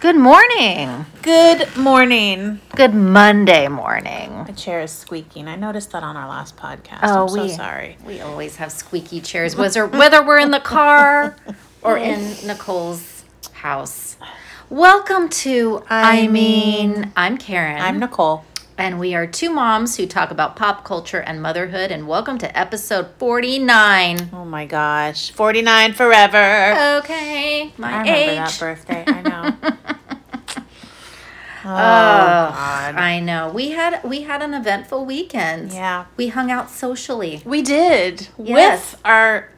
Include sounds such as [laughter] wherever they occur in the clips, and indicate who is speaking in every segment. Speaker 1: Good morning.
Speaker 2: Good morning.
Speaker 1: Good Monday morning.
Speaker 2: My chair is squeaking. I noticed that on our last podcast.
Speaker 1: Oh,
Speaker 2: I'm so
Speaker 1: we-
Speaker 2: sorry.
Speaker 1: We always have squeaky chairs, whether, whether we're in the car or in Nicole's house. Welcome to I,
Speaker 2: I
Speaker 1: mean, I'm Karen.
Speaker 2: I'm Nicole.
Speaker 1: and we are two moms who talk about pop culture and motherhood. And welcome to episode 49.
Speaker 2: Oh my gosh. 49 forever.
Speaker 1: Okay, my
Speaker 2: I remember
Speaker 1: Oh, age.
Speaker 2: that birthday. I know. Uh, oh,
Speaker 1: Ugh,
Speaker 2: God.
Speaker 1: I know. We had we had an eventful weekend.
Speaker 2: yeah.
Speaker 1: We hung out socially.
Speaker 2: We did
Speaker 1: Yes.
Speaker 2: with our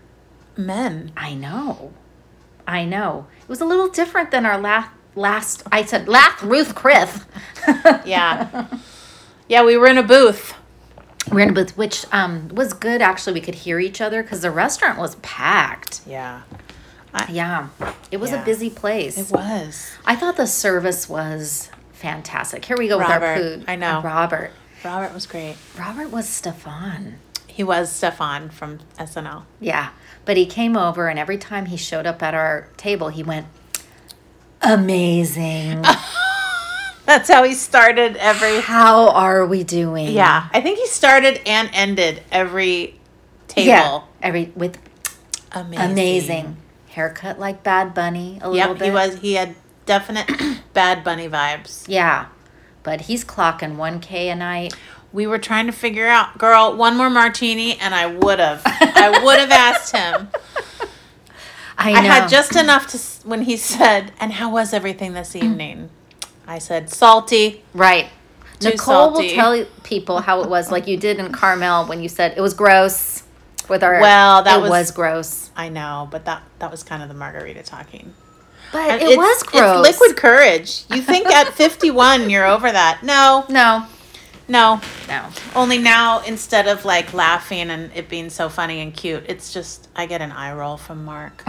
Speaker 2: men.
Speaker 1: I know. I know. It was a little different than our last last I said last Ruth Criff. [laughs]
Speaker 2: Yeah. [laughs] yeah, we were in a booth.
Speaker 1: We're in a booth, which um was good actually. We could hear each other because the restaurant was packed.
Speaker 2: Yeah.
Speaker 1: Yeah. It was
Speaker 2: Yeah.
Speaker 1: a busy place.
Speaker 2: It was.
Speaker 1: I thought the service was fantastic. Here we go with our
Speaker 2: Robert,
Speaker 1: food.
Speaker 2: I know.
Speaker 1: Uh, Robert.
Speaker 2: Robert was great.
Speaker 1: Robert was Stefan.
Speaker 2: He was Stefan from SNL.
Speaker 1: Yeah. But he came over, and every time he showed up at our table, he went,
Speaker 2: [laughs]
Speaker 1: Amazing.
Speaker 2: That's how he started every
Speaker 1: How are we doing?
Speaker 2: Yeah, I think he started and ended every table.
Speaker 1: Yeah. Every, with
Speaker 2: Amazing.
Speaker 1: amazing. Haircut like Bad Bunny a little
Speaker 2: Yep,
Speaker 1: bit.
Speaker 2: he was. He had definite [clears throat] Bad Bunny vibes.
Speaker 1: Yeah. But he's clocking 1K a night.
Speaker 2: We were trying to figure out, girl, one more martini, and I
Speaker 1: [laughs]
Speaker 2: would have. I would have asked him.
Speaker 1: I, know.
Speaker 2: I had just enough to s- when he said, "And how was everything
Speaker 1: Mm.
Speaker 2: this evening?" I said, "Salty."
Speaker 1: Right.
Speaker 2: Too
Speaker 1: Nicole will
Speaker 2: salty.
Speaker 1: tell people how it was, like you did in Carmel when you said it was gross. With our
Speaker 2: Well, that
Speaker 1: it was,
Speaker 2: was-
Speaker 1: gross,
Speaker 2: I know, but that that was kind of the margarita talking. Uh,
Speaker 1: but it
Speaker 2: It's-
Speaker 1: was gross.
Speaker 2: It's liquid courage. You think
Speaker 1: [laughs]
Speaker 2: at fifty-one you're over that? No,
Speaker 1: No,
Speaker 2: no.
Speaker 1: no.
Speaker 2: Only now, instead of like laughing and it being so funny and cute, it's just I get an eye roll from Mark.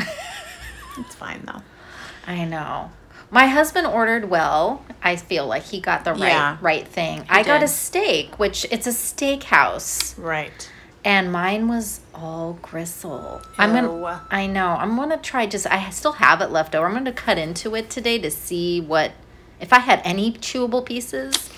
Speaker 2: it's fine though.
Speaker 1: I know. My husband ordered well. I feel like he got the right
Speaker 2: Yeah.
Speaker 1: right thing. I got a
Speaker 2: did.
Speaker 1: steak, which it's a steakhouse,
Speaker 2: Right.
Speaker 1: and mine was all gristle. I'm
Speaker 2: Ew.
Speaker 1: gonna. I know. I'm gonna try. Just I still have it left over. I'm gonna cut into it today to see what if I had any chewable pieces.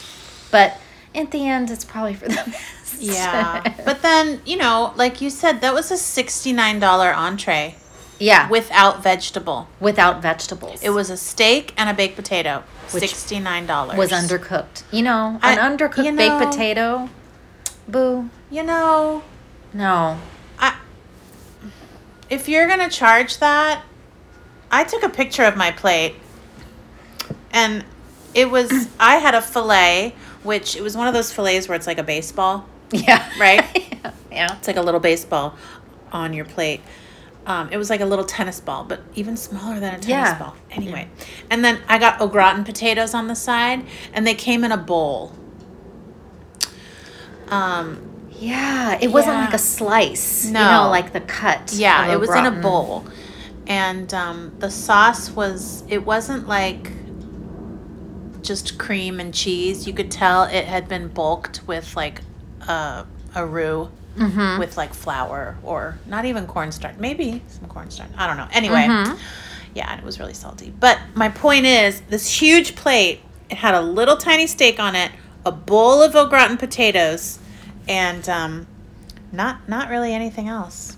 Speaker 1: But at the end, it's probably for the [laughs] best. [laughs]
Speaker 2: Yeah. but then, you know, like you said, that was a $69 entree
Speaker 1: yeah.
Speaker 2: without vegetable.
Speaker 1: without vegetables,
Speaker 2: It was a steak and a baked potato. $69.
Speaker 1: was undercooked. You know, an
Speaker 2: I-
Speaker 1: undercooked
Speaker 2: you
Speaker 1: baked
Speaker 2: know-
Speaker 1: potato. Boo.
Speaker 2: You know,
Speaker 1: No. [laughs]
Speaker 2: I if you're gonna charge that, I took a picture of my plate, and it was I had a fillet, which it was one of those fillets where it's like a baseball,
Speaker 1: Yeah.
Speaker 2: right?
Speaker 1: [laughs] yeah.
Speaker 2: it's like a little baseball on your plate. Um, it was like a little tennis ball, but even smaller than a tennis
Speaker 1: Yeah.
Speaker 2: ball. Anyway, and then I got au gratin potatoes on the side, and they came in a bowl. Um,
Speaker 1: Yeah. It wasn't
Speaker 2: Yeah.
Speaker 1: like a slice. You
Speaker 2: No.
Speaker 1: know, like the cut. of
Speaker 2: Yeah, it was in
Speaker 1: gratin.
Speaker 2: a bowl. And um, the sauce was, it wasn't like just cream and cheese. You could tell it had been bulked with like a, a roux with like flour or not even cornstarch. Maybe some cornstarch. I don't know. Anyway, yeah, and it was really salty. But my point is this huge plate, it had a little tiny steak on it, a bowl of au gratin potatoes, and um, not not really anything else.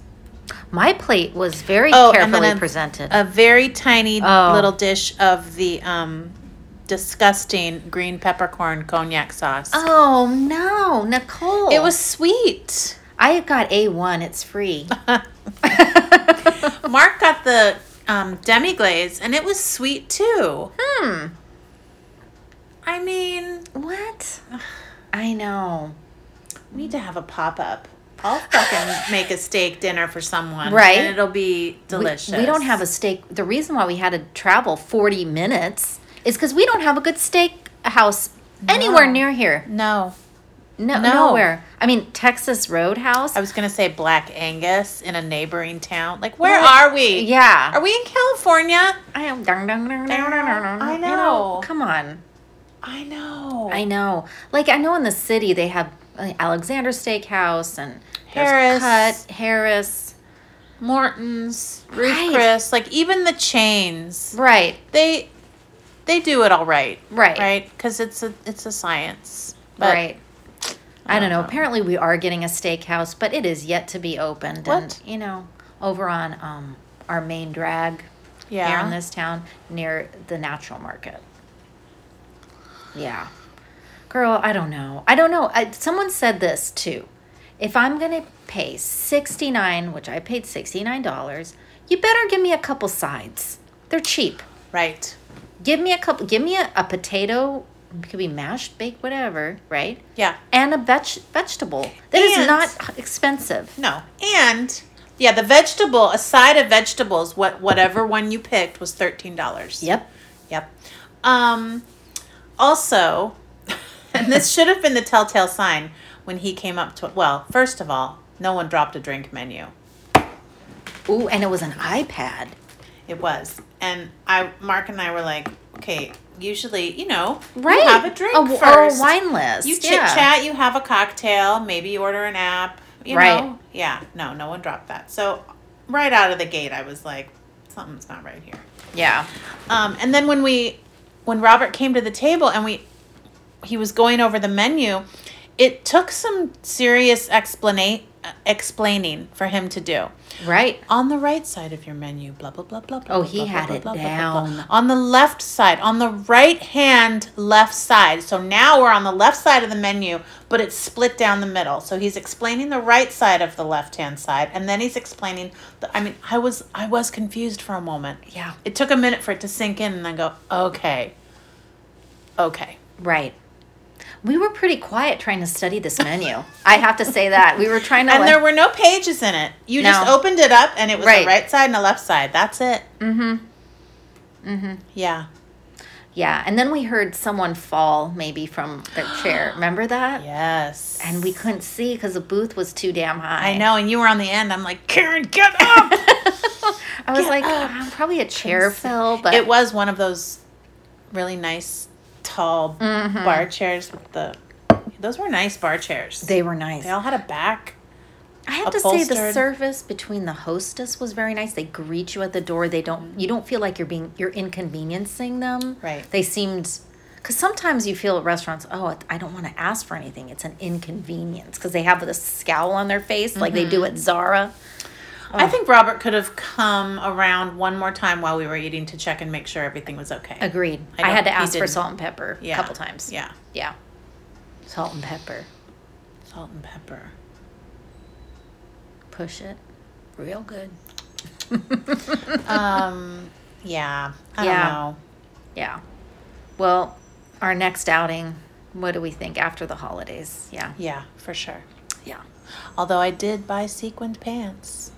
Speaker 1: My plate was very
Speaker 2: Oh, and Uh, then
Speaker 1: carefully
Speaker 2: a-
Speaker 1: presented.
Speaker 2: a very tiny
Speaker 1: Oh.
Speaker 2: little dish of the um, disgusting green peppercorn cognac sauce.
Speaker 1: oh no, Nicole.
Speaker 2: It was sweet.
Speaker 1: I got A one. It's
Speaker 2: [laughs]
Speaker 1: free.
Speaker 2: Mark got the um, demi glaze, and it was sweet too.
Speaker 1: hmm.
Speaker 2: I mean,
Speaker 1: What? I know.
Speaker 2: we need to have a pop up. I'll fucking make a steak dinner for someone,
Speaker 1: Right.
Speaker 2: And it'll be
Speaker 1: We-
Speaker 2: delicious.
Speaker 1: We, don't have a steak. The reason why we had to travel 40 minutes is because we don't have a good steak house anywhere
Speaker 2: No.
Speaker 1: near here.
Speaker 2: no.
Speaker 1: No,
Speaker 2: No.
Speaker 1: nowhere. I mean, Texas Roadhouse.
Speaker 2: I was gonna say Black Angus in a neighboring town. Like, where are we?
Speaker 1: yeah.
Speaker 2: Are we in California?
Speaker 1: I am. Dun, dun, dun, dun, dun, dun,
Speaker 2: I
Speaker 1: you
Speaker 2: know.
Speaker 1: Come on.
Speaker 2: I know.
Speaker 1: I know. Like I know in the city they have like, Alexander Steakhouse and there's
Speaker 2: Harris.
Speaker 1: Cut Harris.
Speaker 2: Morton's, Ruth
Speaker 1: Right.
Speaker 2: Chris, like even the chains,
Speaker 1: Right.
Speaker 2: they they do it all right,
Speaker 1: Right.
Speaker 2: right? Because it's a it's a science, but
Speaker 1: right. I don't know.
Speaker 2: know.
Speaker 1: Apparently, we are getting a steakhouse, but it is yet to be opened.
Speaker 2: What?
Speaker 1: And you know, over on um, our main drag here in
Speaker 2: yeah,
Speaker 1: this town, near the natural market. Yeah, girl. I don't know. I don't know. I, someone said this too. If I'm gonna pay sixty nine, which I paid sixty nine dollars, you better give me a couple sides. They're cheap
Speaker 2: right,
Speaker 1: give me a couple give me a, a potato it could be mashed baked whatever right
Speaker 2: yeah,
Speaker 1: and a veg- vegetable that is
Speaker 2: And-
Speaker 1: not expensive
Speaker 2: no, and yeah, the vegetable, a side of vegetables, what whatever one you picked was thirteen dollars.
Speaker 1: yep
Speaker 2: Yep. Um, also, [laughs]
Speaker 1: [laughs]
Speaker 2: and this should have been the telltale sign when he came up to Well, first of all, no one dropped a drink menu.
Speaker 1: ooh and it was an ipad
Speaker 2: It was, and I, Mark and I were like, okay. Usually, you know,
Speaker 1: right
Speaker 2: you have a drink
Speaker 1: a, w-
Speaker 2: first.
Speaker 1: or a wine list
Speaker 2: You chit
Speaker 1: yeah.
Speaker 2: chat, you have a cocktail, maybe you order an app. You
Speaker 1: Right.
Speaker 2: know? Yeah. No, no one dropped that. So, right out of the gate, I was like, something's not right here.
Speaker 1: yeah
Speaker 2: Um, and then when we, when Robert came to the table and we, he was going over the menu, it took some serious explanate explaining for him to do.
Speaker 1: right
Speaker 2: On the right side of your menu, blah blah blah blah. blah,
Speaker 1: Oh,
Speaker 2: blah,
Speaker 1: he
Speaker 2: blah,
Speaker 1: had
Speaker 2: blah,
Speaker 1: it
Speaker 2: blah, blah, blah, blah.
Speaker 1: down.
Speaker 2: On the left side, on the right hand left side. So now we're on the left side of the menu, but it's split down the middle. So he's explaining the right side of the left hand side, and then he's explaining. The, I mean, I was I was confused for a moment.
Speaker 1: yeah
Speaker 2: It took a minute for it to sink in and then go, okay. Okay.
Speaker 1: right we were pretty quiet trying to study this
Speaker 2: [laughs]
Speaker 1: menu i have to say that we were trying to
Speaker 2: And
Speaker 1: like,
Speaker 2: there were no pages in it. You just
Speaker 1: No.
Speaker 2: opened it up and it was
Speaker 1: Right.
Speaker 2: a right side and a left side. That's it. Mm-hmm. Mm-hmm. Yeah.
Speaker 1: yeah and then we heard someone fall maybe from their
Speaker 2: [gasps]
Speaker 1: chair remember that
Speaker 2: Yes.
Speaker 1: and we couldn't see because the booth was too damn high
Speaker 2: I know, and you were on the end. I'm like, Karen, get up!
Speaker 1: I was
Speaker 2: Get
Speaker 1: like,
Speaker 2: up.
Speaker 1: "Ah, probably a chair fill, [laughs] but
Speaker 2: it was one of those really nice tall
Speaker 1: Mm-hmm.
Speaker 2: bar chairs with the those were nice bar chairs.
Speaker 1: they were nice.
Speaker 2: They all had a back.
Speaker 1: I have to say, the
Speaker 2: upholstered.
Speaker 1: service between the hostess was very nice. They greet you at the door. They don't, you don't feel like you're being, you're inconveniencing them.
Speaker 2: Right.
Speaker 1: They seemed, because sometimes you feel at restaurants, oh, I don't want to ask for anything. It's an inconvenience because they have this scowl on their face like they
Speaker 2: Mm-hmm.
Speaker 1: do at Zara. Oh.
Speaker 2: I think Robert could have come around one more time while we were eating to check and make sure everything was okay.
Speaker 1: Agreed.
Speaker 2: I
Speaker 1: I, had
Speaker 2: don't-
Speaker 1: to
Speaker 2: he
Speaker 1: ask for
Speaker 2: didn't.
Speaker 1: salt and pepper a
Speaker 2: Yeah.
Speaker 1: couple times.
Speaker 2: Yeah.
Speaker 1: Yeah. Salt and pepper.
Speaker 2: Salt and pepper.
Speaker 1: Push it. Real good.
Speaker 2: um yeah. I
Speaker 1: Yeah.
Speaker 2: don't know.
Speaker 1: Yeah. Well, our next outing, what do we think after the holidays? Yeah.
Speaker 2: Yeah, for sure.
Speaker 1: Yeah.
Speaker 2: Although I did buy sequined pants.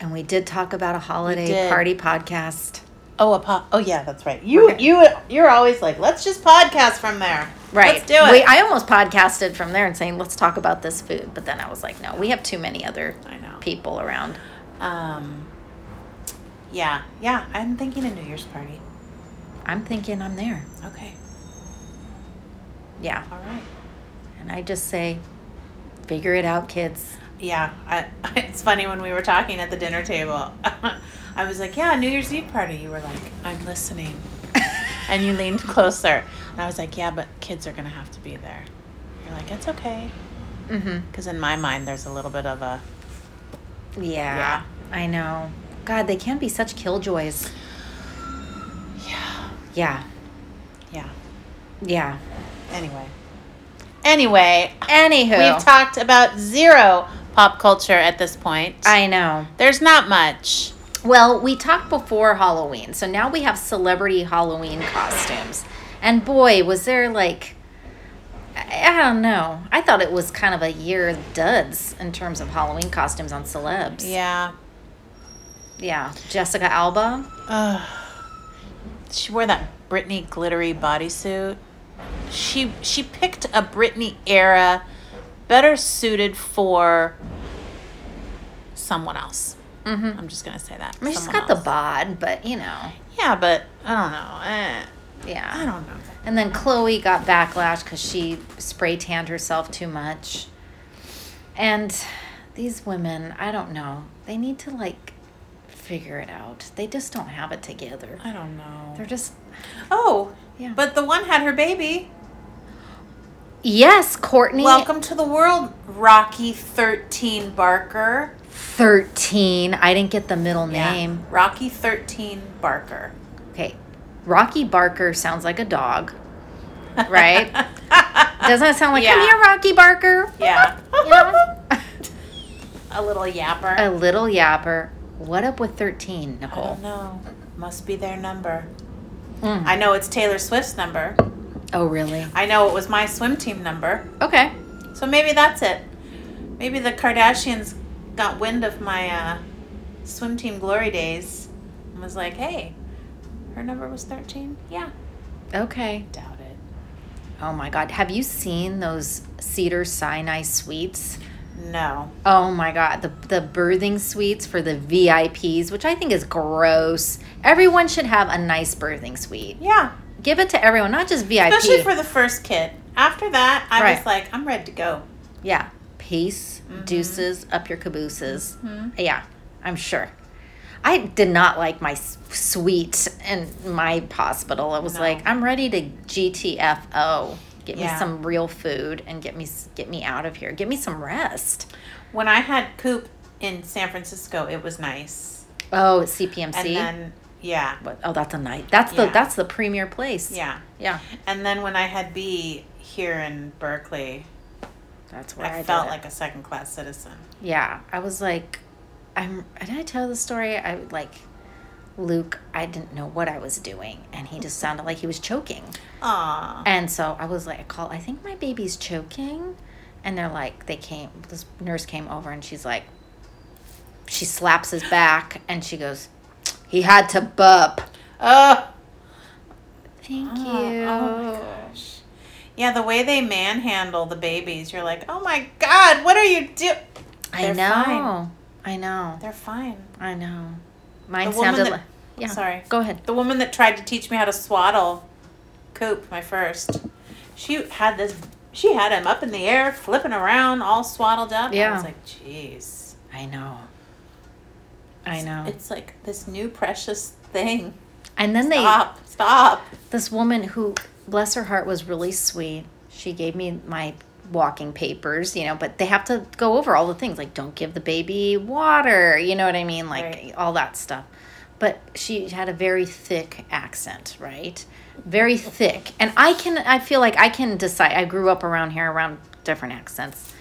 Speaker 1: And we did talk about a holiday
Speaker 2: did.
Speaker 1: party podcast.
Speaker 2: Oh, a po- oh yeah, that's right. You you you're always like, let's just podcast from there.
Speaker 1: Right.
Speaker 2: Let's do it.
Speaker 1: We, I almost podcasted from there and saying, let's talk about this food. But then I was like, no, we have too many other
Speaker 2: I know.
Speaker 1: people around.
Speaker 2: Um. Yeah, yeah. I'm thinking a New Year's party.
Speaker 1: I'm thinking I'm there.
Speaker 2: Okay.
Speaker 1: Yeah.
Speaker 2: All right.
Speaker 1: And I just say, figure it out, kids.
Speaker 2: Yeah. I, it's funny when we were talking at the dinner table. [laughs] I was like, "Yeah, New Year's Eve party." You were like, "I'm listening," [laughs] and you leaned [laughs] closer. And I was like, "Yeah, but kids are gonna have to be there." You're like, "It's okay,"
Speaker 1: Mm-hmm.
Speaker 2: because in my mind, there's a little bit of a
Speaker 1: Yeah, I know. God, they can be such killjoys.
Speaker 2: yeah,
Speaker 1: Yeah.
Speaker 2: yeah.
Speaker 1: Yeah.
Speaker 2: Anyway. Anyway,
Speaker 1: Anywho.
Speaker 2: we've talked about zero pop culture at this point.
Speaker 1: I know.
Speaker 2: There's not much.
Speaker 1: Well, we talked before Halloween, so now we have celebrity Halloween costumes. And boy, was there like I I don't know. I thought it was kind of a year of duds in terms of Halloween costumes on celebs.
Speaker 2: Yeah.
Speaker 1: Yeah. Jessica Alba.
Speaker 2: Ugh. She wore that Britney glittery bodysuit. She she picked a Britney era better suited for someone else.
Speaker 1: Mhm.
Speaker 2: I'm just gonna say that.
Speaker 1: I mean, she's
Speaker 2: someone
Speaker 1: got the
Speaker 2: else.
Speaker 1: bod, but you know.
Speaker 2: Yeah, but I don't know. Eh, I
Speaker 1: Yeah.
Speaker 2: don't know.
Speaker 1: And then Chloe got backlash cuz she spray tanned herself too much. And these women, I don't know. They need to like figure it out. They just don't have it together.
Speaker 2: I don't know.
Speaker 1: They're just
Speaker 2: Oh,
Speaker 1: yeah.
Speaker 2: but the one had her baby.
Speaker 1: yes, Courtney.
Speaker 2: Welcome to the world, Rocky 13 Barker.
Speaker 1: Thirteen. I didn't get the middle
Speaker 2: Yeah,
Speaker 1: name.
Speaker 2: Rocky 13 Barker.
Speaker 1: Okay, Rocky Barker sounds like a dog,
Speaker 2: [laughs]
Speaker 1: right? Doesn't that sound like come
Speaker 2: Yeah.
Speaker 1: here, Rocky Barker?
Speaker 2: yeah.
Speaker 1: Yeah.
Speaker 2: A little yapper.
Speaker 1: [laughs] a little yapper. What up with thirteen,
Speaker 2: I don't
Speaker 1: Nicole?
Speaker 2: know. Must be their number.
Speaker 1: Mm.
Speaker 2: I know it's Taylor Swift's number.
Speaker 1: Oh, really?
Speaker 2: I know it was my swim team number.
Speaker 1: Okay.
Speaker 2: So maybe that's it. Maybe the Kardashians got wind of my uh, swim team glory days and was like, hey, her number was 13? Yeah.
Speaker 1: Okay.
Speaker 2: Doubt it.
Speaker 1: Oh my God. Have you seen those Cedar Sinai suites?
Speaker 2: No.
Speaker 1: Oh my God. The, the birthing suites for the VIPs, which I think is gross. Everyone should have a nice birthing suite.
Speaker 2: Yeah.
Speaker 1: Give it to everyone, not just VIP.
Speaker 2: Especially for the first kid. After that, I
Speaker 1: Right.
Speaker 2: was like, I'm ready to go.
Speaker 1: yeah. Peace,
Speaker 2: Mm-hmm.
Speaker 1: deuces, up your cabooses. Yeah, I'm sure. I did not like my s- suite and my hospital. I was
Speaker 2: No.
Speaker 1: like, I'm ready to GTFO. Get me
Speaker 2: Yeah.
Speaker 1: some real food and get me s- get me out of here. Get me some rest.
Speaker 2: When I had Coop in San Francisco, it was nice.
Speaker 1: Oh, it's CPMC.
Speaker 2: And then, yeah.
Speaker 1: What- oh, that's a night. That's the
Speaker 2: Yeah.
Speaker 1: that's the premier place.
Speaker 2: Yeah.
Speaker 1: yeah.
Speaker 2: And then when I had B here in Berkeley,
Speaker 1: That's where I,
Speaker 2: I felt
Speaker 1: did it.
Speaker 2: like a second class citizen.
Speaker 1: Yeah, I was like, I'm. Did I tell the story? I would like, Luke. I didn't know what I was doing, and he just sounded like he was choking.
Speaker 2: Aw.
Speaker 1: And so I was like, I call. I think my baby's choking, and they're like, they came. This nurse came over, and she's like, she slaps his back, and she goes, he had to burp.
Speaker 2: Oh.
Speaker 1: Thank you.
Speaker 2: Oh my gosh. Yeah, the way they manhandle the babies, you're like, oh my god, what are you do?
Speaker 1: I
Speaker 2: They're
Speaker 1: know.
Speaker 2: fine.
Speaker 1: I know.
Speaker 2: They're fine.
Speaker 1: I know. Mine
Speaker 2: The woman
Speaker 1: sounded
Speaker 2: that-
Speaker 1: like. Yeah.
Speaker 2: Sorry.
Speaker 1: Go ahead.
Speaker 2: The woman that tried to teach me how to swaddle Coop, my first, she had this. She had him up in the air, flipping around, all swaddled up. I
Speaker 1: Yeah.
Speaker 2: was like, jeez.
Speaker 1: I know. I know.
Speaker 2: It's like this new precious thing.
Speaker 1: And then they,
Speaker 2: Stop. Stop.
Speaker 1: this woman who, bless her heart, was really sweet. She gave me my walking papers, you know, but they have to go over all the things like don't give the baby water, you know what I mean? Like
Speaker 2: Right.
Speaker 1: all that stuff. But she had a very thick accent, right? Very thick. And I can, I feel like I can decide. I grew up around here, around different accents.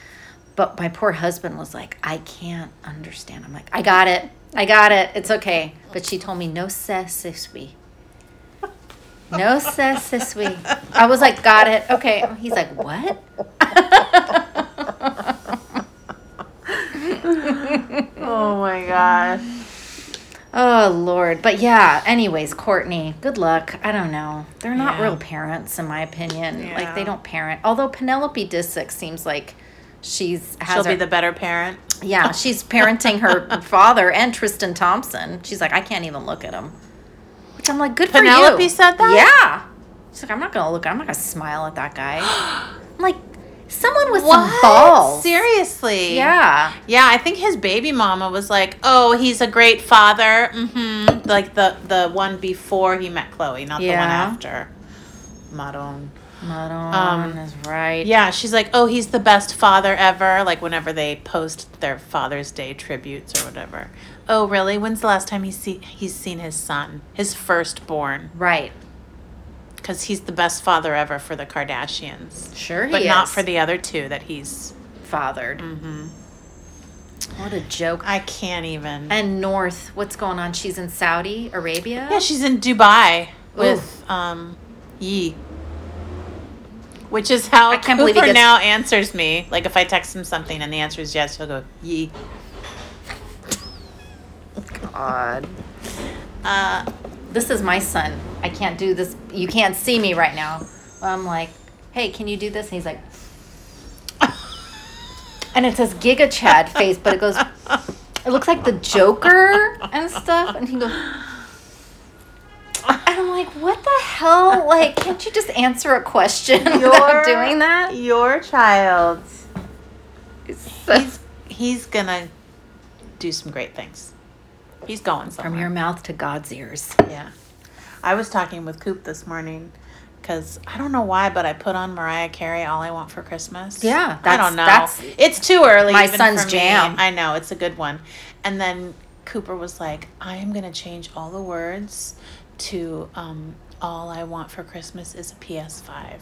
Speaker 1: But my poor husband was like, I can't understand. I'm like, I got it. I got it. It's okay. But she told me, no se sisui. No se sisui. I was like, got it. Okay. He's like, what? [laughs]
Speaker 2: Oh my gosh.
Speaker 1: Oh, Lord. But yeah, anyways, Courtney, good luck. I don't know. They're not
Speaker 2: Yeah.
Speaker 1: real parents, in my opinion. Like, they
Speaker 2: Yeah.
Speaker 1: don't parent. Although Penelope Disick seems like she's
Speaker 2: She'll
Speaker 1: has
Speaker 2: be
Speaker 1: her-
Speaker 2: the better parent.
Speaker 1: Yeah, she's parenting [laughs] her father and Tristan Thompson. She's like, I can't even look at him. Which I'm like, good for you.
Speaker 2: Penelope said that?
Speaker 1: Yeah. She's like, I'm not gonna look. I'm not gonna smile at that [gasps] guy. I'm like, someone with some
Speaker 2: What?
Speaker 1: balls.
Speaker 2: Seriously.
Speaker 1: Yeah.
Speaker 2: Yeah, I think his baby mama was like, "Oh, he's a great father." hmm Like the the one before he met Chloe, not the one
Speaker 1: Yeah.
Speaker 2: after. Maron.
Speaker 1: Maron is right.
Speaker 2: Yeah, she's like, "Oh, he's the best father ever." Like whenever they post their Father's Day tributes or whatever. Oh, really? When's the last time he's see- he's seen his son, his firstborn?
Speaker 1: Right.
Speaker 2: Because he's the best father ever for the Kardashians,
Speaker 1: Sure he
Speaker 2: but
Speaker 1: is.
Speaker 2: not for the other two that he's.
Speaker 1: fathered. Mm-hmm. What a joke.
Speaker 2: I can't even.
Speaker 1: And North, what's going on? She's in Saudi Arabia?
Speaker 2: Yeah, she's in Dubai with um Yi. Which is how
Speaker 1: I can't
Speaker 2: Cooper
Speaker 1: believe he gets-
Speaker 2: now answers me. Like if I text him something and the answer is yes, he'll go Yi.
Speaker 1: God.
Speaker 2: Uh,
Speaker 1: this is my son. I can't do this. You can't see me right now. I'm like, hey, can you do this? And he's like, and it says Giga Chad face, but it goes, it looks like the Joker and stuff. And he goes, and I'm like, what the hell? Like, can't you just answer a question [laughs] without doing that?
Speaker 2: Your child.
Speaker 1: It's so-
Speaker 2: He's he's gonna do some great things. He's going somewhere.
Speaker 1: From your mouth to God's ears.
Speaker 2: Yeah. I was talking with Coop this morning because I don't know why, but I put on Mariah Carey All I Want for Christmas.
Speaker 1: Yeah,
Speaker 2: I
Speaker 1: that's-
Speaker 2: don't know.
Speaker 1: that's-
Speaker 2: it's too early.
Speaker 1: my
Speaker 2: even
Speaker 1: son's
Speaker 2: for me.
Speaker 1: jam.
Speaker 2: I know. It's a good one. And then Cooper was like, I am going to change all the words to um, All I Want for Christmas is
Speaker 1: [gasps]
Speaker 2: a PS5.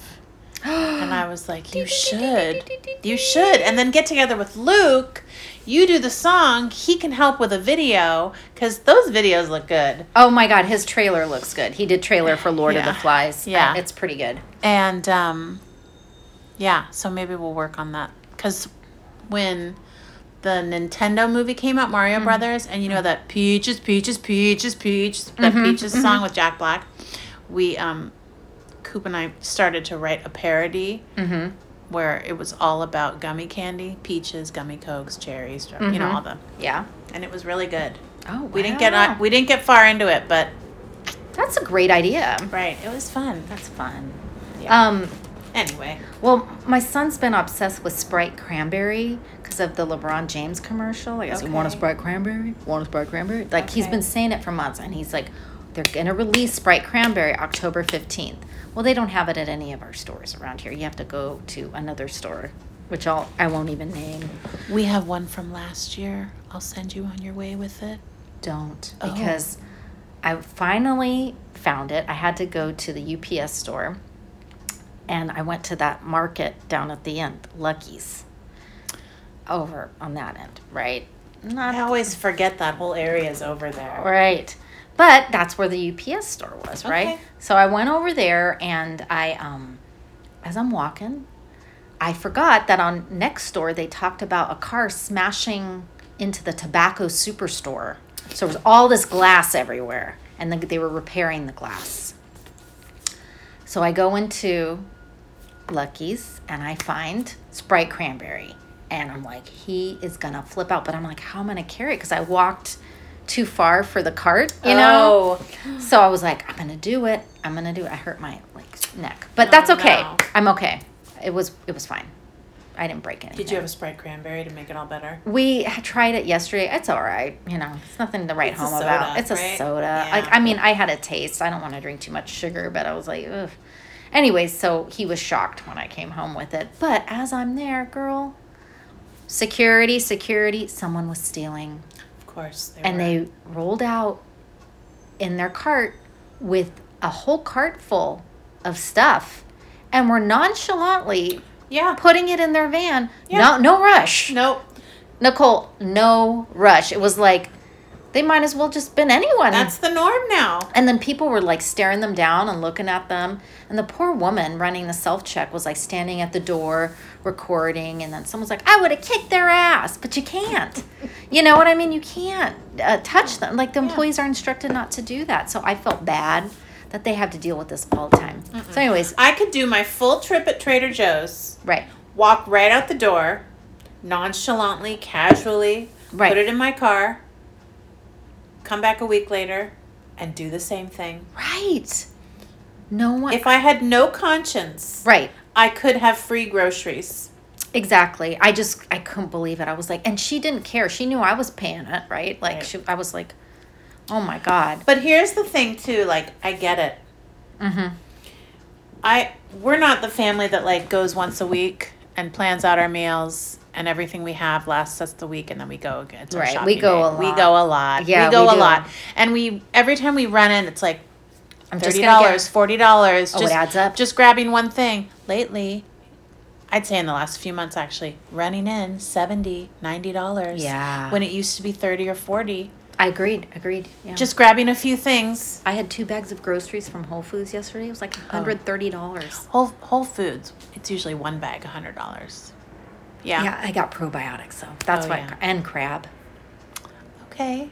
Speaker 2: And I was like, you should. You should. And then get together with Luke. You do the song. He can help with a video because those videos look good.
Speaker 1: Oh my God, his trailer looks good. He did trailer for Lord of
Speaker 2: Yeah.
Speaker 1: the Flies.
Speaker 2: Yeah.
Speaker 1: Uh, it's pretty good.
Speaker 2: And um, yeah, so maybe we'll work on that because when the Nintendo movie came out, Mario Brothers, and you know that Peaches, Peaches, Peaches, Peaches, that Peaches song with Jack Black, we um, Coop and I started to write a parody
Speaker 1: Mm-hmm.
Speaker 2: where it was all about gummy candy, peaches, gummy cokes, cherries, stro- you know all the,
Speaker 1: Yeah.
Speaker 2: and it was really good.
Speaker 1: Oh,
Speaker 2: We didn't get
Speaker 1: wow.
Speaker 2: on, we didn't get far into it, but
Speaker 1: That's a great idea.
Speaker 2: right, it was fun.
Speaker 1: That's fun.
Speaker 2: Yeah.
Speaker 1: Um,
Speaker 2: Anyway,
Speaker 1: well, my son's been obsessed with Sprite Cranberry because of the LeBron James commercial. Like, I said, want a
Speaker 2: Okay.
Speaker 1: Sprite Cranberry? Want a Sprite Cranberry? Like, he's
Speaker 2: Okay.
Speaker 1: been saying it for months, and he's like, they're going to release Sprite Cranberry October 15th. Well, they don't have it at any of our stores around here. You have to go to another store, which I'll, I won't even name.
Speaker 2: We have one from last year. I'll send you on your way with it.
Speaker 1: don't
Speaker 2: Oh.
Speaker 1: because I finally found it. I had to go to the UPS store and I went to that market down at the end, Lucky's, over on that end, right?
Speaker 2: I
Speaker 1: Not
Speaker 2: always forget that whole area is over there.
Speaker 1: right. But that's where the UPS store was, right?
Speaker 2: Okay.
Speaker 1: So I went over there and I um as I'm walking, I forgot that on next door they talked about a car smashing into the tobacco superstore. So there was all this glass everywhere, and then they were repairing the glass. So I go into Lucky's and I find Sprite Cranberry, and I'm like, he is gonna flip out. But I'm like, how am I gonna carry it? Because I walked too far for the cart, you know.
Speaker 2: Oh.
Speaker 1: So I was like, I'm gonna do it. I'm gonna do it. I hurt my like neck, but that's
Speaker 2: Oh,
Speaker 1: okay.
Speaker 2: no.
Speaker 1: I'm okay. It was it was fine. I didn't break anything.
Speaker 2: Did you have a Sprite cranberry to make it all better?
Speaker 1: We had tried it yesterday. It's all right. You know, it's nothing to write
Speaker 2: It's a
Speaker 1: home
Speaker 2: soda,
Speaker 1: about. It's a
Speaker 2: right?
Speaker 1: soda.
Speaker 2: Yeah.
Speaker 1: Like I mean, I had a taste. I don't want to drink too much sugar, but I was like, ugh. Anyways, so he was shocked when I came home with it. But as I'm there, girl, security, security, someone was stealing
Speaker 2: Of course. They
Speaker 1: and they rolled out in their cart with a whole cart full of stuff and were nonchalantly
Speaker 2: Yeah.
Speaker 1: putting it in their van no
Speaker 2: Yeah.
Speaker 1: no rush
Speaker 2: Nope.
Speaker 1: nicole no rush it was like they might as well just been anyone
Speaker 2: That's the norm now.
Speaker 1: and then people were like staring them down and looking at them. And the poor woman running the self check was like standing at the door recording. And then someone's like, I would have kicked their ass, but you
Speaker 2: [laughs]
Speaker 1: can't. you know what I mean? You can't uh, touch them. Like the employees are instructed not to do that. So I felt bad that they have to deal with this all the time. So, anyways,
Speaker 2: I could do my full trip at Trader Joe's,
Speaker 1: right.
Speaker 2: walk right out the door, nonchalantly, casually,
Speaker 1: Right.
Speaker 2: put it in my car, come back a week later, and do the same thing.
Speaker 1: Right. No one.
Speaker 2: If I had no conscience,
Speaker 1: right.
Speaker 2: I could have free groceries.
Speaker 1: Exactly. I just I couldn't believe it. I was like, and she didn't care. She knew I was paying it, right? Like
Speaker 2: Right.
Speaker 1: she, I was like, oh my god.
Speaker 2: But here's the thing too, like I get it.
Speaker 1: Mm-hmm.
Speaker 2: I we're not the family that like goes once a week and plans out our meals and everything we have lasts us the week and then we go again. to our
Speaker 1: Right, we
Speaker 2: shopping
Speaker 1: go
Speaker 2: day.
Speaker 1: a
Speaker 2: We
Speaker 1: lot.
Speaker 2: go a lot.
Speaker 1: Yeah,
Speaker 2: we go
Speaker 1: we
Speaker 2: a
Speaker 1: do.
Speaker 2: lot. And we every time we run in, it's like
Speaker 1: I'm just
Speaker 2: thirty
Speaker 1: gonna get-
Speaker 2: dollars, forty dollars.
Speaker 1: Oh, it
Speaker 2: just,
Speaker 1: adds up.
Speaker 2: Just grabbing one thing. Lately, I'd say in the last few months actually, running in 70 90 dollars.
Speaker 1: Yeah.
Speaker 2: When it used to be thirty or forty.
Speaker 1: I agreed. Agreed. Yeah.
Speaker 2: Just grabbing a few things.
Speaker 1: I had two bags of groceries from Whole Foods yesterday. It was like hundred thirty dollars.
Speaker 2: Whole Whole Foods, it's usually one bag, hundred dollars. Yeah.
Speaker 1: Yeah, I got probiotics, so that's
Speaker 2: Oh,
Speaker 1: why.
Speaker 2: yeah.
Speaker 1: And crab.
Speaker 2: Okay.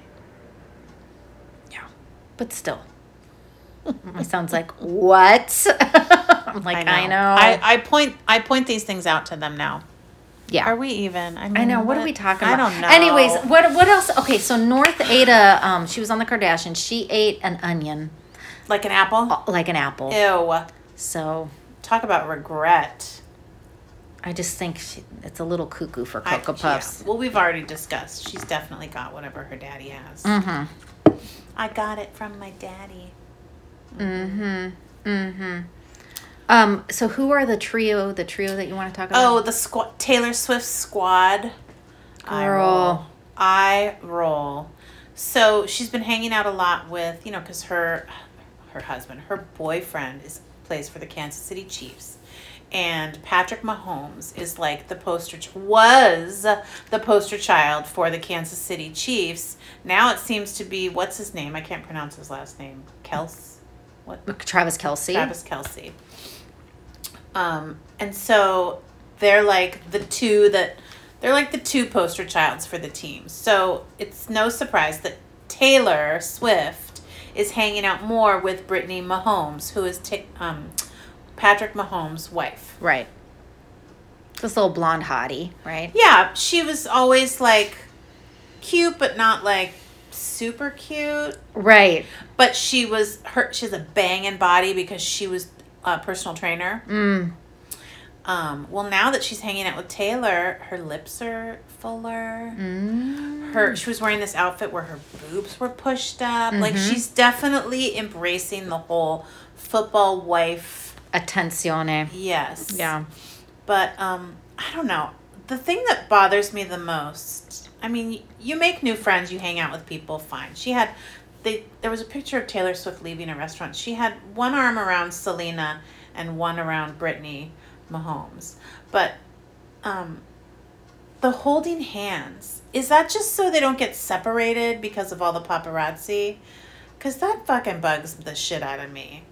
Speaker 1: Yeah, but [laughs] still, my son's like, "What?" [laughs] I'm like, "I know."
Speaker 2: I, I point I point these things out to them now.
Speaker 1: yeah,
Speaker 2: Are we even? I, mean,
Speaker 1: I know. What, are we talking
Speaker 2: I
Speaker 1: about?
Speaker 2: don't know.
Speaker 1: Anyways, what what else? Okay, so North ate a. Um, she was on the Kardashians. She ate an onion,
Speaker 2: like an apple.
Speaker 1: Oh. like an apple.
Speaker 2: Ew.
Speaker 1: So
Speaker 2: Talk about regret.
Speaker 1: I just think she, it's a little cuckoo for
Speaker 2: I-
Speaker 1: Cocoa
Speaker 2: yeah.
Speaker 1: Puffs.
Speaker 2: Well, we've already discussed. She's definitely got whatever her daddy has.
Speaker 1: Mm
Speaker 2: I got it from my daddy.
Speaker 1: hmm. Mm hmm. Mm hmm. Um, so who are the trio, the trio that you want to talk
Speaker 2: Oh,
Speaker 1: about?
Speaker 2: the squad. Taylor Swift squad. I roll.
Speaker 1: Girl.
Speaker 2: I roll. So she's been hanging out a lot with you know because her her husband her boyfriend is plays for the Kansas City Chiefs. And Patrick Mahomes is like the poster ch- was the poster child for the Kansas City Chiefs. Now it seems to be what's his name? I can't pronounce his last name. Kels, what?
Speaker 1: Travis Kelsey.
Speaker 2: Oh. Travis Kelsey. Um, and so they're like the two that they're like the two poster childs for the team. So it's no surprise that Taylor Swift is hanging out more with Brittany Mahomes, who is ta- um, Patrick Mahomes' wife.
Speaker 1: Right. This little blonde hottie, right?
Speaker 2: Yeah, she was always like cute, but not like super cute.
Speaker 1: Right.
Speaker 2: But she was her. She has a banging body because she was a personal trainer.
Speaker 1: Mm.
Speaker 2: Um, well, now that she's hanging out with Taylor, her lips are fuller.
Speaker 1: Mm.
Speaker 2: Her she was wearing this outfit where her boobs were pushed up. Like
Speaker 1: Mm-hmm.
Speaker 2: she's definitely embracing the whole football wife.
Speaker 1: Attenzione.
Speaker 2: Yes.
Speaker 1: Yeah.
Speaker 2: But um, I don't know. The thing that bothers me the most. I mean, you make new friends, you hang out with people, fine. She had they there was a picture of Taylor Swift leaving a restaurant. She had one arm around Selena and one around Brittany Mahomes. But um the holding hands is that just so they don't get separated because of all the paparazzi? Cause that fucking bugs the shit out of me.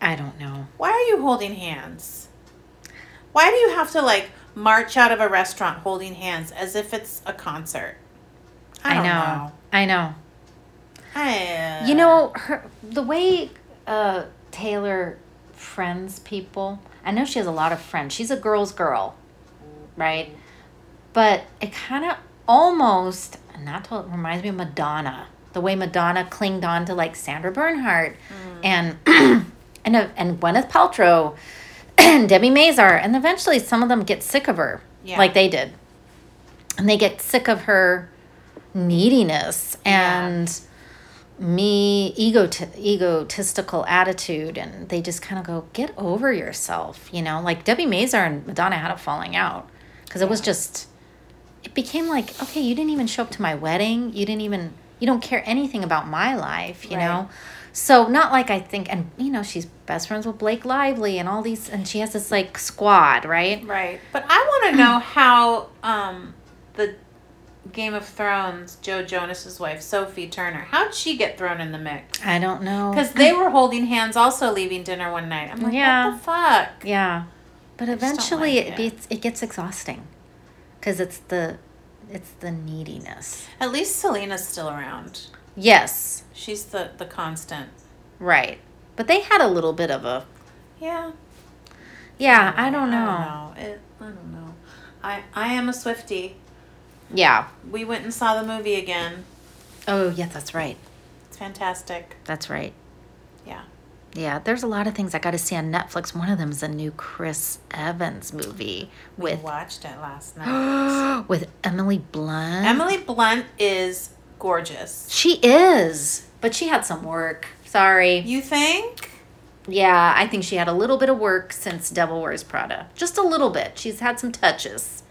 Speaker 1: I don't know.
Speaker 2: Why are you holding hands? Why do you have to like march out of a restaurant holding hands as if it's a concert? I,
Speaker 1: I,
Speaker 2: don't
Speaker 1: know.
Speaker 2: know.
Speaker 1: I know.
Speaker 2: I,
Speaker 1: You know, her the way uh, Taylor friends people. I know she has a lot of friends. She's a girl's girl, right? But it kind of almost not to, reminds me of Madonna. The way Madonna clinged on to like Sandra Bernhardt and [clears throat] and uh, and Gwyneth Paltrow [clears throat] and Debbie Mazar, and eventually some of them get sick of her,
Speaker 2: Yeah.
Speaker 1: like they did, and they get sick of her neediness
Speaker 2: Yeah.
Speaker 1: and me egot egotistical attitude and they just kind of go get over yourself you know like debbie mazar and madonna had a falling out because it was just it became like okay you didn't even show up to my wedding you didn't even you don't care anything about my life you
Speaker 2: Right.
Speaker 1: know so not like i think and you know she's best friends with blake lively and all these and she has this like squad right
Speaker 2: right. But I
Speaker 1: [clears throat]
Speaker 2: want to know how um, the Game of Thrones, Joe Jonas's wife, Sophie Turner, how'd she get thrown in the mix?
Speaker 1: i don't know
Speaker 2: Because they were holding hands also leaving dinner one night. I'm like,
Speaker 1: Yeah.
Speaker 2: what the fuck?
Speaker 1: Yeah, but
Speaker 2: don't
Speaker 1: eventually
Speaker 2: like
Speaker 1: it
Speaker 2: it.
Speaker 1: gets it gets exhausting, because it's the it's the neediness.
Speaker 2: At least Selena's still around.
Speaker 1: Yes,
Speaker 2: She's the, the constant.
Speaker 1: right. But they had a little bit of a
Speaker 2: Yeah.
Speaker 1: yeah. I don't know.
Speaker 2: I don't know. It, I don't know. I I am a Swifty.
Speaker 1: Yeah.
Speaker 2: We went and saw the movie again.
Speaker 1: Oh yeah, that's right.
Speaker 2: It's fantastic.
Speaker 1: That's right.
Speaker 2: Yeah.
Speaker 1: Yeah, there's a lot of things I got to see on Netflix. One of them is the new Chris Evans movie
Speaker 2: We
Speaker 1: with
Speaker 2: watched it last night.
Speaker 1: [gasps] with Emily Blunt.
Speaker 2: Emily Blunt is gorgeous.
Speaker 1: she is, but she had some work. Sorry.
Speaker 2: You think?
Speaker 1: Yeah, I think she had a little bit of work since Devil Wears Prada. Just a little bit. She's had some touches.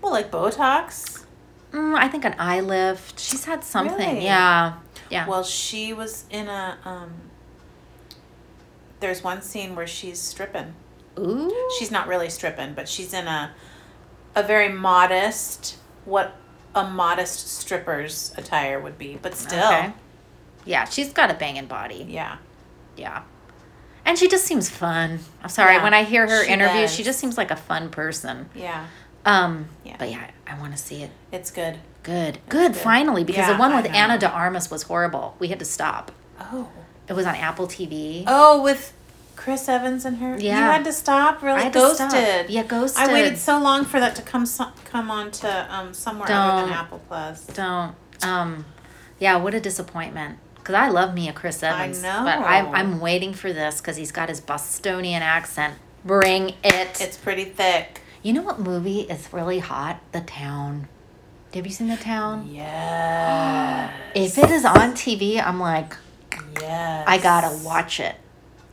Speaker 2: Well, like Botox.
Speaker 1: Mm, I think an eye lift. She's had something.
Speaker 2: Really?
Speaker 1: Yeah. Yeah.
Speaker 2: Well, she was in a um there's one scene where she's stripping.
Speaker 1: Ooh.
Speaker 2: She's not really stripping, but she's in a a very modest what a modest stripper's attire would be, but still.
Speaker 1: Okay. Yeah, she's got a banging body.
Speaker 2: Yeah.
Speaker 1: Yeah. And she just seems fun. I'm sorry.
Speaker 2: Yeah,
Speaker 1: when I hear her
Speaker 2: she
Speaker 1: interview,
Speaker 2: does.
Speaker 1: she just seems like a fun person.
Speaker 2: Yeah.
Speaker 1: Um,
Speaker 2: Yeah.
Speaker 1: But yeah, I want to see it.
Speaker 2: It's good.
Speaker 1: Good. Good,
Speaker 2: good.
Speaker 1: finally, because
Speaker 2: Yeah,
Speaker 1: the one
Speaker 2: I
Speaker 1: with
Speaker 2: know.
Speaker 1: Anna de Armas was horrible. We had to stop.
Speaker 2: Oh.
Speaker 1: It was on Apple TV.
Speaker 2: Oh, with Chris Evans and her. You
Speaker 1: Yeah.
Speaker 2: had to stop. Really,
Speaker 1: I had to
Speaker 2: Ghost
Speaker 1: stop.
Speaker 2: did.
Speaker 1: Yeah, Ghost
Speaker 2: I waited
Speaker 1: did.
Speaker 2: so long for that to come so- come on to um, somewhere other than
Speaker 1: Don't.
Speaker 2: Apple Plus.
Speaker 1: don't um yeah what a disappointment because i love me a chris evans
Speaker 2: know.
Speaker 1: but I, i'm waiting for this because he's got his bostonian accent Bring it.
Speaker 2: It's pretty
Speaker 1: [gasps]
Speaker 2: thick.
Speaker 1: you know what movie is really hot? The Town. Have you seen The Town?
Speaker 2: Yeah.
Speaker 1: If it is on TV, I'm like,
Speaker 2: Yes.
Speaker 1: I gotta watch it.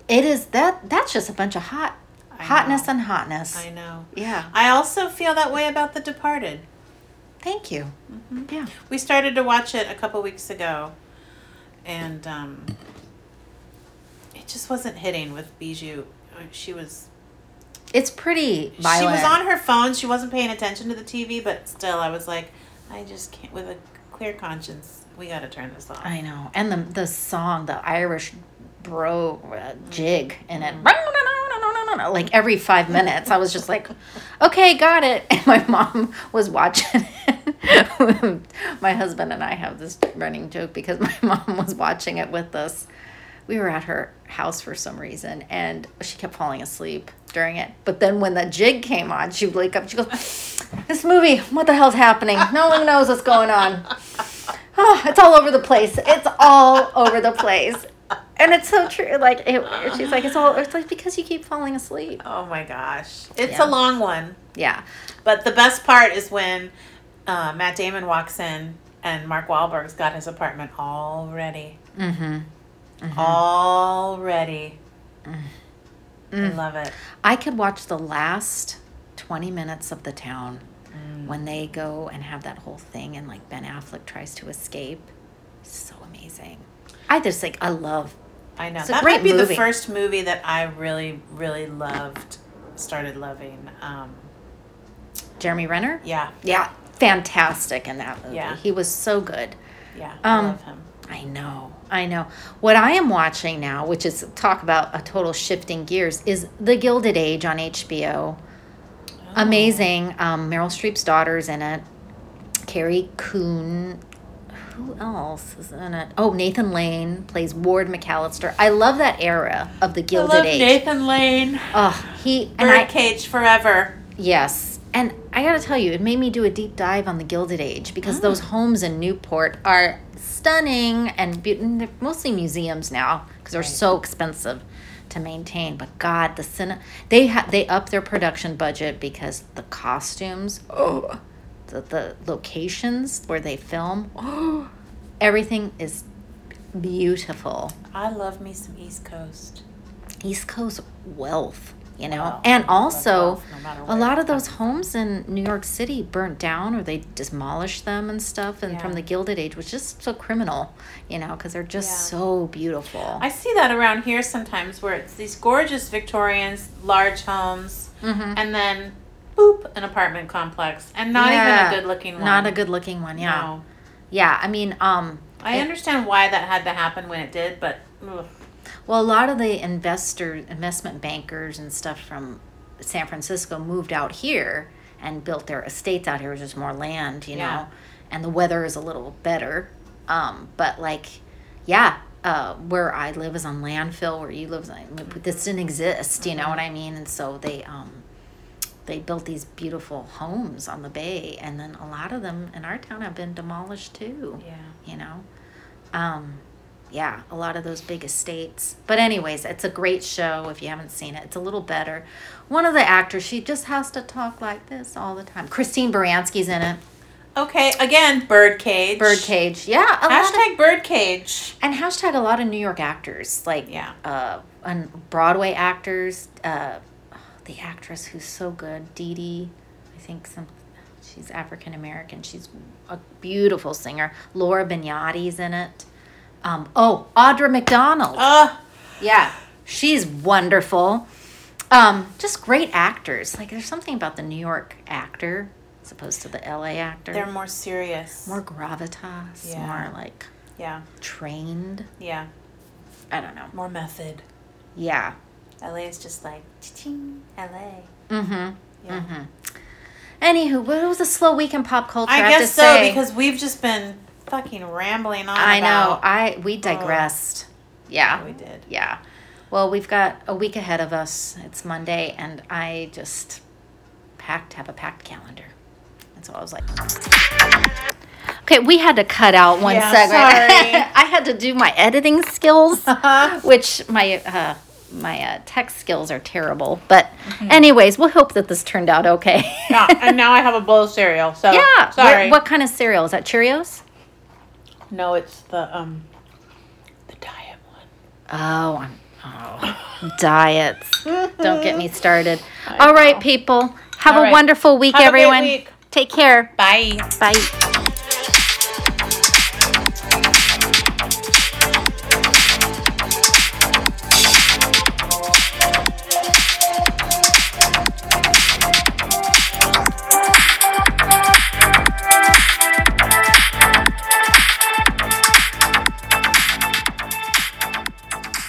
Speaker 1: It is that. That's just a bunch of hot,
Speaker 2: I
Speaker 1: hotness
Speaker 2: know.
Speaker 1: and hotness.
Speaker 2: I know.
Speaker 1: Yeah.
Speaker 2: I also feel that way about The Departed.
Speaker 1: Thank you.
Speaker 2: Mm-hmm.
Speaker 1: Yeah.
Speaker 2: We started to watch it a couple weeks ago, and um, it just wasn't hitting with Bijou. Uh, She was
Speaker 1: It's pretty violent.
Speaker 2: she was on her phone. She wasn't paying attention to the TV, but still, I was like, I just can't. With a clear conscience, we got to turn this off.
Speaker 1: I know. And the the song, the Irish bro uh, jig in it. [laughs] Like every five minutes, I was just like, okay, got it. [laughs] And my mom was watching it. [laughs] my husband and I have this running joke because my [laughs] mom was watching it with us. We were at her house for some reason and she kept falling asleep during it. But then when the jig came on, she would wake up. She goes, This movie, what the hell's happening? No one knows what's going on. Oh, it's all over the place. It's all over the place. And it's so true. Like it, she's like, it's all. It's like because you keep falling asleep.
Speaker 2: oh my gosh, it's
Speaker 1: Yeah.
Speaker 2: a long one.
Speaker 1: Yeah,
Speaker 2: But the best part is when uh, Matt Damon walks in and Mark Wahlberg's got his apartment all ready. Mm-hmm. All ready.
Speaker 1: Mm.
Speaker 2: I love it.
Speaker 1: I could watch the last twenty minutes of the town when they go and have that whole thing, and like Ben Affleck tries to escape. So amazing. I just like I love.
Speaker 2: I know.
Speaker 1: It's a
Speaker 2: that
Speaker 1: great
Speaker 2: might be
Speaker 1: movie.
Speaker 2: the first movie that I really, really loved, started loving. Um,
Speaker 1: Jeremy Renner.
Speaker 2: yeah,
Speaker 1: Yeah, fantastic in that movie.
Speaker 2: Yeah.
Speaker 1: He was so good.
Speaker 2: yeah.
Speaker 1: Um,
Speaker 2: I love him.
Speaker 1: I know, I know. What I am watching now, which is talk about a total shifting gears, is The Gilded Age on HBO.
Speaker 2: Oh.
Speaker 1: Amazing. Um, Meryl Streep's daughter's in it. Carrie Coon. Who else is in it? Oh, Nathan Lane plays Ward McAllister. I love that era of the Gilded
Speaker 2: I love
Speaker 1: Age.
Speaker 2: Nathan Lane.
Speaker 1: Oh, he and I
Speaker 2: Birdcage forever.
Speaker 1: Yes. And I got to tell you, it made me do a deep dive on the Gilded Age because those homes in Newport are stunning and, be- and they're mostly museums now because they're so expensive to maintain. But God, the cine they ha- they up their production budget because the costumes, oh, the, the locations where they [gasps] film, oh, everything is beautiful.
Speaker 2: I love me some East Coast.
Speaker 1: East Coast wealth, you know,
Speaker 2: Wow.
Speaker 1: and
Speaker 2: Love
Speaker 1: also
Speaker 2: wealth, no matter
Speaker 1: a
Speaker 2: where
Speaker 1: lot
Speaker 2: it
Speaker 1: of those homes in New York City burnt down or they demolished them and stuff, and from
Speaker 2: Yeah.
Speaker 1: the Gilded Age, which is so criminal, you know, because they're just
Speaker 2: Yeah.
Speaker 1: so beautiful.
Speaker 2: I see that around here sometimes where it's these gorgeous Victorians, large homes,
Speaker 1: Mhm.
Speaker 2: and then boop, an apartment complex. And not
Speaker 1: Yeah.
Speaker 2: even a good looking one.
Speaker 1: Not a good looking one, yeah,
Speaker 2: No.
Speaker 1: yeah. I mean, um,
Speaker 2: I understand why that had to happen when it did, but ugh.
Speaker 1: well, a lot of the investor investment bankers and stuff from San Francisco moved out here and built their estates out here, which is more land, you
Speaker 2: Yeah.
Speaker 1: know, and the weather is a little better. Um, but like, yeah, uh, where I live is on landfill, where you live, is on- this didn't exist, you know what I mean? And so they, um, they built these beautiful homes on the bay, and then a lot of them in our town have been demolished too
Speaker 2: yeah.
Speaker 1: you know um yeah a lot of those big estates but anyways it's a great show if you haven't seen it it's a little better one of the actors she just has to talk like this all the time christine baranski's in it
Speaker 2: Okay, again, birdcage.
Speaker 1: birdcage yeah a lot of-
Speaker 2: Hashtag birdcage.
Speaker 1: and hashtag a lot of new york actors like
Speaker 2: Yeah.
Speaker 1: uh and broadway actors uh the actress who's so good Dee Dee I think some she's African American she's a beautiful singer Laura Benyati's in it um oh Audra McDonald
Speaker 2: Ugh.
Speaker 1: yeah she's wonderful um just great actors like there's something about the New York actor as opposed to the LA actor
Speaker 2: They're more serious.
Speaker 1: more gravitas
Speaker 2: Yeah.
Speaker 1: more like
Speaker 2: yeah,
Speaker 1: trained
Speaker 2: yeah.
Speaker 1: I don't know
Speaker 2: More method.
Speaker 1: yeah
Speaker 2: LA is just like, ching, LA.
Speaker 1: Mm-hmm.
Speaker 2: Yeah.
Speaker 1: Mm-hmm. Anywho, well, it was a slow week in pop culture. I,
Speaker 2: I
Speaker 1: have
Speaker 2: guess
Speaker 1: to
Speaker 2: so
Speaker 1: say.
Speaker 2: because we've just been fucking rambling on.
Speaker 1: I know.
Speaker 2: about-
Speaker 1: I we digressed. Yeah.
Speaker 2: Yeah, we did.
Speaker 1: Yeah. Well, we've got a week ahead of us. It's Monday, and I just packed have a packed calendar. That's what I was like. Okay, we had to cut out one [laughs]
Speaker 2: Yeah,
Speaker 1: segment.
Speaker 2: sorry. [laughs] Uh-huh.
Speaker 1: I had to do my editing skills, which my uh, my uh, tech skills are terrible. But
Speaker 2: Mm-hmm.
Speaker 1: anyways, we'll hope that this turned out okay.
Speaker 2: [laughs] Yeah, and now I have a bowl of cereal.
Speaker 1: [laughs]
Speaker 2: So
Speaker 1: yeah. Where-
Speaker 2: sorry.
Speaker 1: what kind of cereal is that? Cheerios?
Speaker 2: No, it's the um, the diet one.
Speaker 1: Oh, I'm, oh, [laughs] diets. Don't get me started. All right, people. Have
Speaker 2: All
Speaker 1: a
Speaker 2: right.
Speaker 1: wonderful week,
Speaker 2: Have a great
Speaker 1: everyone.
Speaker 2: week.
Speaker 1: Take care.
Speaker 2: Bye.
Speaker 1: Bye.